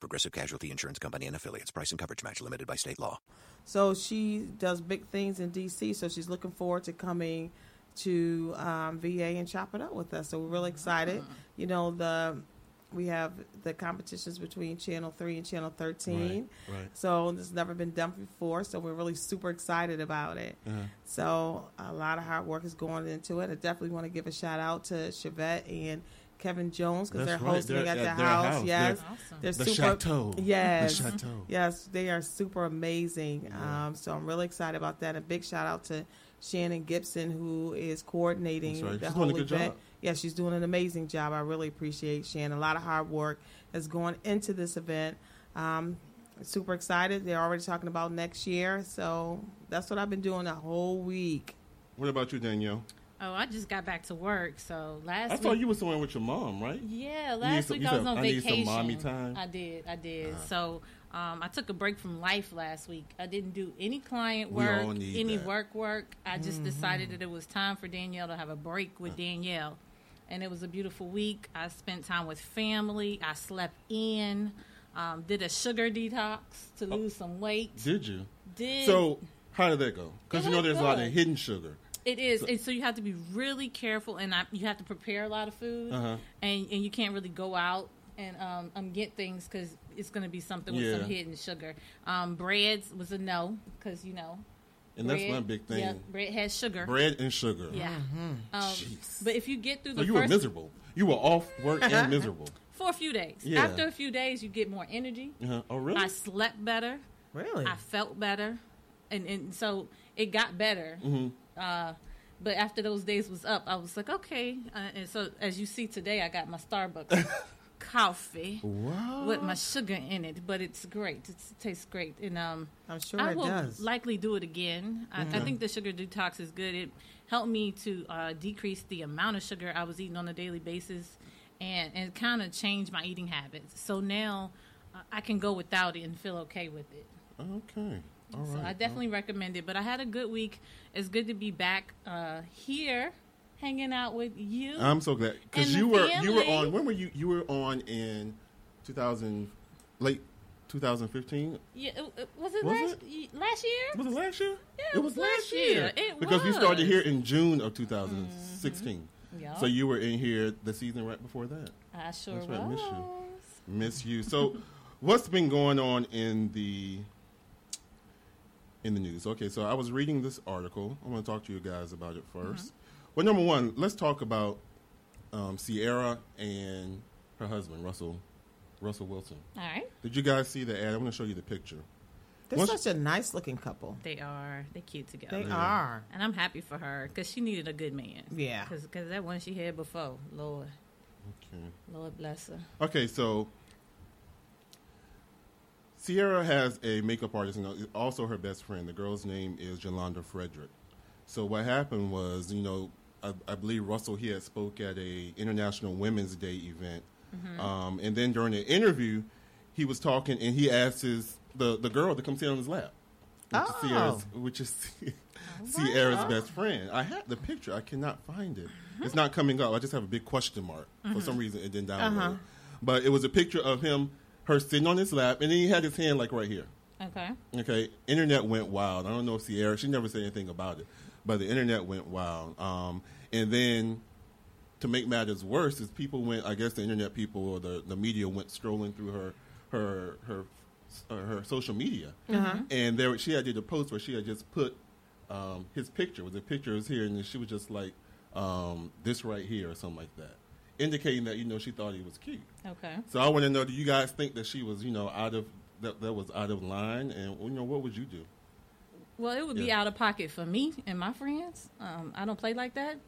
Progressive Casualty Insurance Company and affiliates. Price and coverage match limited by state law. So she does big things in DC. So she's looking forward to coming to um, VA and chop it up with us. So we're really excited. Mm-hmm. You know the we have the competitions between Channel Three and Channel Thirteen. Right, right. So this has never been done before. So we're really super excited about it. Uh-huh. So a lot of hard work is going into it. I definitely want to give a shout out to Chevette and. Kevin Jones because That's they're right. hosting They're at, at their their house. house. Yes, They're- Awesome. they're The super. chateau. The Yes, chateau. Yes, they are super amazing. Um, so I'm really excited about that. A big shout out to Shannon Gibson who is coordinating That's right. the She's whole doing a good event. job. Yeah, she's doing an amazing job. I really appreciate Shannon. A lot of hard work has gone into this event. Um, super excited. They're already talking about next year. So that's what I've been doing the whole week. What about you, Danielle? Oh, I just got back to work. So I last saw week, you were somewhere with your mom, right? yeah, You need last some- week you I was said, on "I need vacation. some mommy time." Uh-huh. I did, I did. So um, I took a break from life last week. I didn't do any client We work, all need any that. Mm-hmm. work work. I just decided that it was time for Danielle to have a break Uh. with Danielle, and it was a beautiful week. I spent time with family. I slept in. Um, did a sugar detox to Oh. lose some weight. Did you? Did So how did that go? Because It you know went there's a lot of good. hidden sugar. It is, and so you have to be really careful, and I, you have to prepare a lot of food, Uh-huh. and and you can't really go out and um, um get things because it's going to be something with Yeah. some hidden sugar. Um, breads was a no because you know, And that's bread- one big thing. Yeah, bread has sugar. Bread and sugar. Yeah. Um, Jeez. but if you get through So the you were first Uh-huh. miserable. You were off work and miserable. for a few days, Yeah. after a few days you get more energy. Uh-huh. Oh really? I slept better. Really? I felt better, and and so it got better. Uh, but after those days was up, I was like, okay. Uh, and so as you see today, I got my Starbucks coffee Wow. with my sugar in it, but it's great. It's, it tastes great, and um, I'm sure I it will does. likely do it again. I, I think the sugar detox is good. It helped me to uh, decrease the amount of sugar I was eating on a daily basis, and and kind of change my eating habits. So now uh, I can go without it and feel okay with it. Okay. All right. So I definitely recommend it. But I had a good week. It's good to be back uh, here, hanging out with you. I'm so glad because And you the were you were family. on. When were you? You were on in 2000, late 2015. yeah, it- it- was it Was last y last year? Was it last year? Yeah, it was last year. It because we started was. Mm-hmm. here in June of 2016. Yeah. So you were in here the season right before that. I sure That's was. right, I miss you. Miss you. So what's been going on in the in the news? Okay, so I was reading this article. I want to talk to you guys about it 1st Mm-hmm. Well, number one, let's talk about um, Sierra and her husband Russell Russell Wilson. All right, Did you guys see the ad? I'm going to show you the picture. They're Once- such a nice looking couple. they are they cute together. They are. And I'm happy for her because she needed a good man. Yeah. because that one she had before, Lord, Okay. Lord bless her. Okay, so Sierra has a makeup artist and also her best friend. The girl's name is Jolanda Frederick. So what happened was, you know, I, I believe Russell he had spoke at a International Women's Day event, um, and then during the interview, he was talking and he asked his the, the girl to come sit on his lap, which Oh. is Sierra's, which is Sierra's best friend. I had the picture. I cannot find it. It's not coming up. I just have a big question mark for some reason. It didn't download. Mm-hmm. Uh-huh. But it was a picture of him, her sitting on his lap, and then he had his hand like right here. Okay, Okay, internet went wild. I don't know if Sierra, she never said anything about it, but the internet went wild. Um, and then to make matters worse, is people went, I guess the internet people or the, the media went strolling through her her her uh, her social media, and there she had did a post where she had just put um, his picture. The picture is here, and she was just like um, this right here or something like that, indicating that you know she thought he was cute. okay. So I want to know: Do you guys think that she was, you know, out of that that was out of line? And you know, what would you do? Well, it would be Yeah. out of pocket for me and my friends. Um, I don't play like that,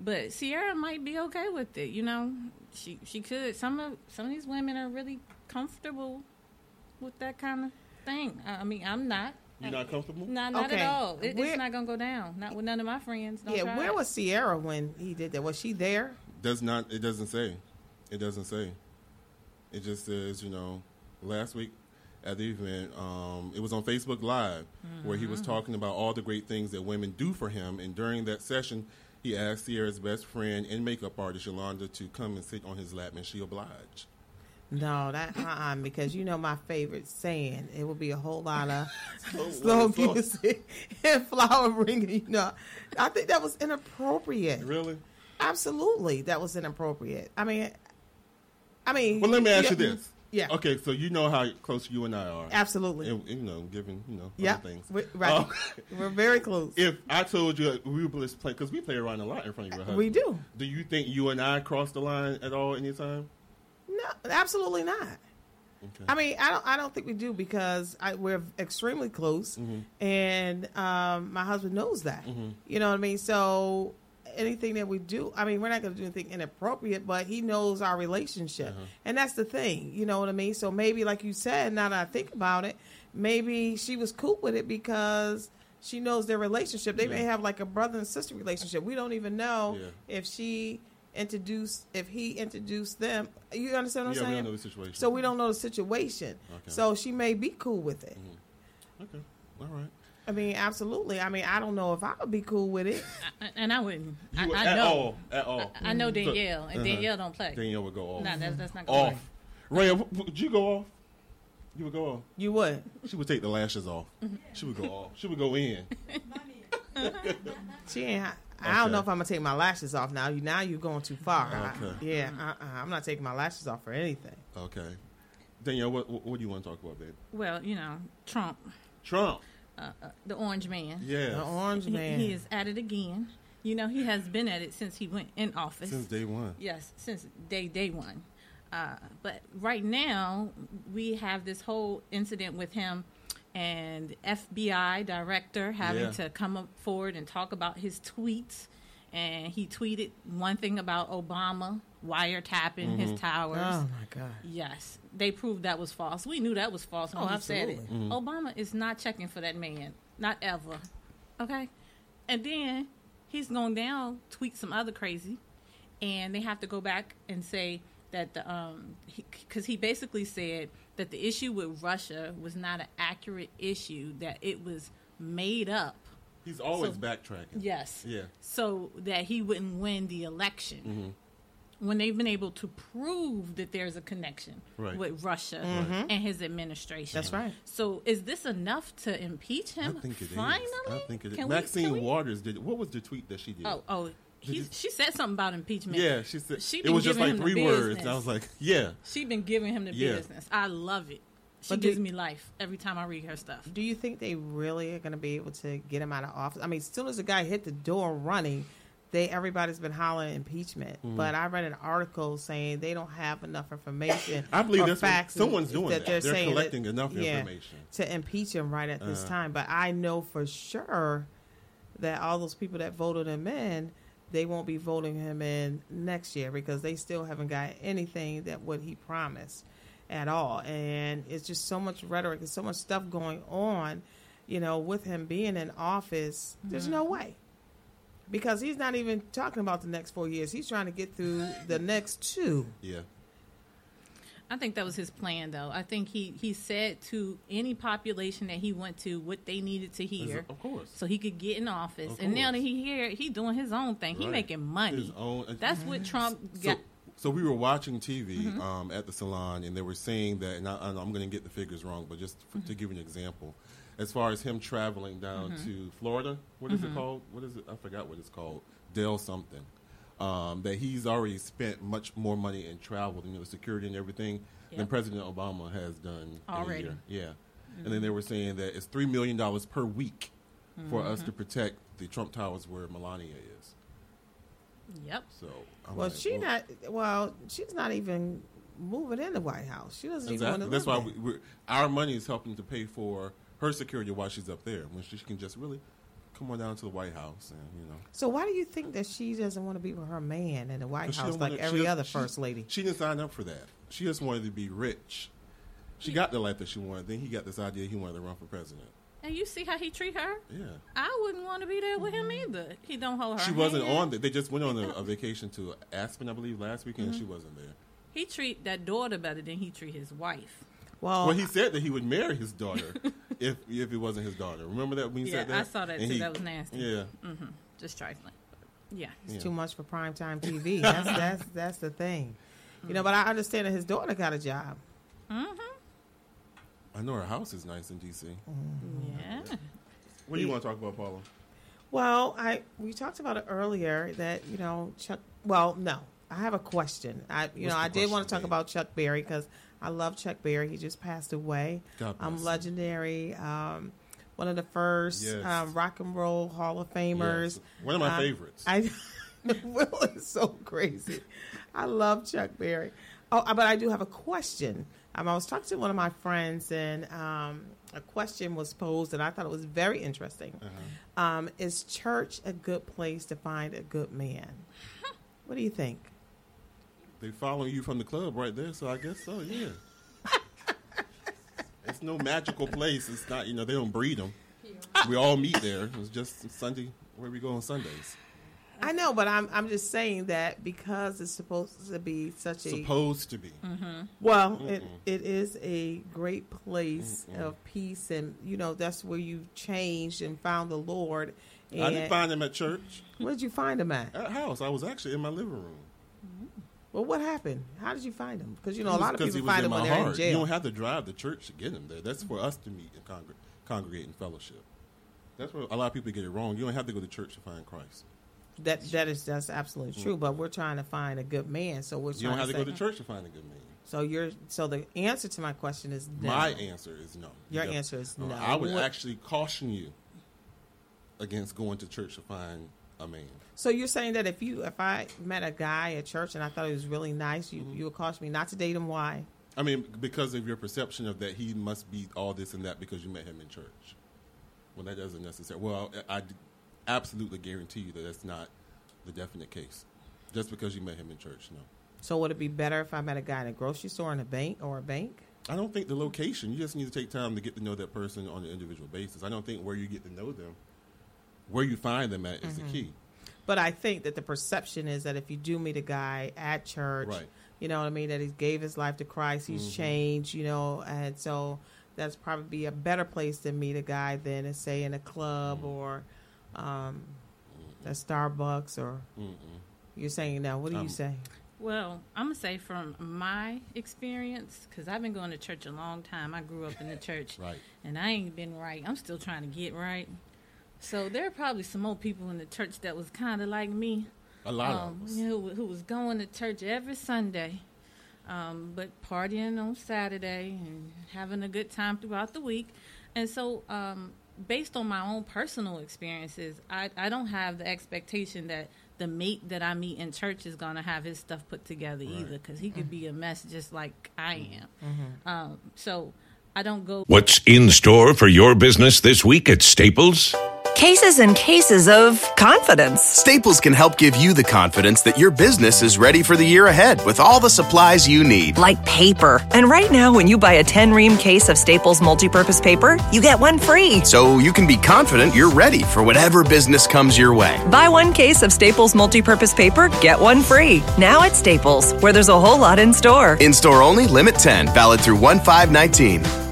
but Sierra might be okay with it. You know, she she could. Some of some of these women are really comfortable with that kind of thing. I, I mean, I'm not. You're not comfortable? No, not Okay. at all. It, Where- it's not gonna go down. Not with none of my friends. Don't yeah, try where it. was Sierra when he did that? Was she there? Does not. It doesn't say. It doesn't say. It just says you know. Last week at the event, um, it was on Facebook Live where he was Mm-hmm. talking about all the great things that women do for him, and during that session, he asked Sierra's best friend and makeup artist Yolanda to come and sit on his lap, and she obliged. No, that uh-uh, because you know my favorite saying. It would be a whole lot of slow, slow. music and flower ringing. You know, I think that was inappropriate. Really? Absolutely, that was inappropriate. I mean, I mean. Well, let me ask yeah, you this. Yeah. Okay, so you know how close you and I are. Absolutely. And, you know, given you know yeah. other things. we- right. Um, We're very close. if I told you we were just play because we play around a lot in front of your husband, we do. Do you think you and I crossed the line at all anytime? No, absolutely not. Okay. I mean, I don't. I don't think we do because I, we're extremely close, Mm-hmm. and um, my husband knows that. You know what I mean. So anything that we do, I mean, we're not going to do anything inappropriate, but he knows our relationship, Uh-huh. and that's the thing. You know what I mean. So maybe, like you said, now that I think about it, maybe she was cool with it because. She knows their relationship. They may have like a brother and sister relationship. We don't even know Yeah. if she introduced, if he introduced them. You understand what yeah, I'm we saying? don't know the situation. So we don't know the situation. Okay. Mm-hmm. So she may be cool with it. Okay. All right. I mean, absolutely. I mean, I don't know if I would be cool with it. I- and I wouldn't. I, You I at know. all? At all? I know So- Danielle, and Uh-huh. Danielle don't play. Danielle would go off. Nah, that's, that's not gonna off. work. Ray, w- w- would you go off? You would go off. You would. She would take the lashes off. Mm-hmm. She would go off. She would go in. She ain't. I don't know Okay. if I'm gonna take my lashes off now. You now you're going too far. I- Okay. yeah, uh-uh. I'm not taking my lashes off for anything. Okay. Danielle, what what, what do you want to talk about, babe? Well, you know, Trump, Trump. uh, uh, the orange man. Yeah. The orange He, man. he is at it again. You know, he has been at it since he went in office. Since day one. Yes, since day day one. Uh, but right now, we have this whole incident with him and FBI director having Yeah. to come up forward and talk about his tweets. And he tweeted one thing about Obama wiretapping Mm-hmm. his towers. Oh my god. Yes, they proved that was false. We knew that was false when Oh, he said it. absolutely. Obama is not checking for that man, not ever. Okay, and then he's going down, tweet some other crazy, and they have to go back and say that the um because he basically said that the issue with Russia was not an accurate issue that it was made up. He's always So- backtracking. Yes. Yeah. So that he wouldn't win the election. Mm-hmm. When they've been able to prove that there's a connection Right. with Russia and his administration. Mm-hmm. That's right. So is this enough to impeach I him? think it is. Finally? I think it is. Can we- Maxine can we- Waters did. What was the tweet that she did? Oh, oh. He, you- she said something about impeachment. yeah. She said She it been was just giving like him the three words. And business. I was like, yeah. She been giving him the Yeah. business. I love it. She But gives did- me life every time I read her stuff. Do you think they really are gonna be able to get him out of office? I mean, as soon as the guy hit the door running, they everybody's been hollering impeachment. Mm-hmm. But I read an article saying they don't have enough information. I believe or that's what- facts someone's doing that. They're saying that- collecting enough information. to impeach him right at this Uh-huh. time. But I know for sure that all those people that voted him in, they won't be voting him in next year because they still haven't got anything that what he promised at all. And it's just so much rhetoric and so much stuff going on, you know, with him being in office. There's no way. Because he's not even talking about the next four years. He's trying to get through the next two. Yeah. I think that was his plan, though. I think he, he said to any population that he went to what they needed to hear. Of course. so he could get in office. Of and now that course. he here, he doing his own thing. He Right. making money. His own- uh, Mhm. That's what Trump So, got. so we were watching TV Mm-hmm. um, at the salon, and they were saying that, and, I, and I'm going to get the figures wrong, but just Mm-hmm. f- to give you an example, as far as him traveling down to Florida, what Mm-hmm. is it called? What is it? I forgot what it's called. Dell something. Um, that he's already spent much more money in travel, you know, the security and everything, than Yep. President Obama has done Already. Mm-hmm. In a year. Yeah. And then they were saying that it's three million dollars per week for us Mm-hmm. to protect the Trump Towers where Melania is. Yep. So I'm Well, like, she not. Well, she's not even moving in the White House. She doesn't even want Exactly. to. That's why live we, there. we're, our money is helping to pay for her security while she's up there, when she, she can just really come on down to the White House and you know. So why do you think that she doesn't want to be with her man in the White 'Cause she House don't like wanna- she every doesn't- other she- first lady? She didn't sign up for that. She just wanted to be rich. She got the life that she wanted. Then he got this idea he wanted to run for president. And you see how he treat her? Yeah. I wouldn't want to be there with him either. He don't hold her. Mm-hmm. She wasn't hand. on. The, they just went on a, a vacation to Aspen, I believe, last weekend. Mm-hmm. She wasn't there. He treat that daughter better than he treat his wife. Well, Well, he said that he would marry his daughter if if it wasn't his daughter. Remember that when he Yeah, said that? I saw that And too. he- That was Mm. nasty. Yeah. Just trifling. Yeah. it's too much for primetime TV. That's that's that's the thing. You know, but I understand that his daughter got a job. I know her house is nice in D.C. Yeah. What do you want to talk about, Paula? Well, I we talked about it earlier that you know Chuck. Well, no, I have a question. I you What's know the I did want question, to talk babe? about Chuck Berry because I love Chuck Berry. He just passed away. God bless um, him. legendary. Um, one of the first Yes. um, rock and roll Hall of Famers. Yes. One of my Um, favorites. I Will is so crazy. I love Chuck Berry. Oh, I- but I do have a question. Um, I was talking to one of my friends, and um, a question was posed, and I thought it was very interesting. Um, is church a good place to find a good man? What do you think? they following you from the club right there, so I guess so. Yeah. it's no magical place. It's not. You know, they don't breed them. We all meet there. It's just Sunday where we go on Sundays. I know, but I'm I'm just saying that because it's supposed to be such a Supposed to be. Mm-hmm. Well, it, it is a great place of peace, and you know that's where you changed and found the Lord. And I didn't find him at church. where'd you find him at? At house, I was actually in my living room. Well, what happened? How did you find him? Because you know a It was lot of 'cause he people was find in him my when they're in heart. You jail. don't have to drive the church to get him there. That's for us to meet and congre- congregate and fellowship. That's where a lot of people get it wrong. You don't have to go to church to find Christ. that that is that's absolutely true. But we're trying to find a good man, so we're trying Mm. You don't have to to, go say- to church to find a good man. So you're so the answer to my question is no. My answer is no. Your Yeah. answer is no. I would What- actually caution you against going to church to find a man. So you're saying that if you if I met a guy at church and I thought he was really nice, you Mm-hmm. you would caution me not to date him? Why? I mean, because of your perception of that he must be all this and that because you met him in church. Well, that doesn't necessarily. Well, I I absolutely guarantee you that that's not the definite case. Just because you met him in church, no. So would it be better if I met a guy in a grocery store, in a bank, or a bank? I don't think the location. You just need to take time to get to know that person on an individual basis. I don't think where you get to know them, where you find them at, Mm-hmm. is the key. But I think that the perception is that if you do meet a guy at church, Right. you know what I mean, that he gave his life to Christ, he's changed, you know, and so that's probably a better place to meet a guy than to say in a club or um, a Starbucks or. You're saying now. What do you say? Well, I'm gonna say from my experience, because I've been going to church a long time. I grew up in the church, Right. And I ain't been right. I'm still trying to get right. So there are probably some old people in the church that was kind of like me, A lot um, of us. who, who was going to church every Sunday, um, but partying on Saturday and having a good time throughout the week. And so, um, based on my own personal experiences, I, I don't have the expectation that the mate that I meet in church is going to have his stuff put together either 'cause either, because he could be a mess just like Mm-hmm. I am. Um, so, I don't go What's in store for your business this week at Staples? Cases and cases of confidence. Staples can help give you the confidence that your business is ready for the year ahead with all the supplies you need. Like paper. And right now, when you buy a 10 ream case of Staples multipurpose paper, you get one free. So you can be confident you're ready for whatever business comes your way. Buy one case of Staples multipurpose paper, get one free. Now at Staples, where there's a whole lot in store. In store only, limit 10, valid through 1 5 19.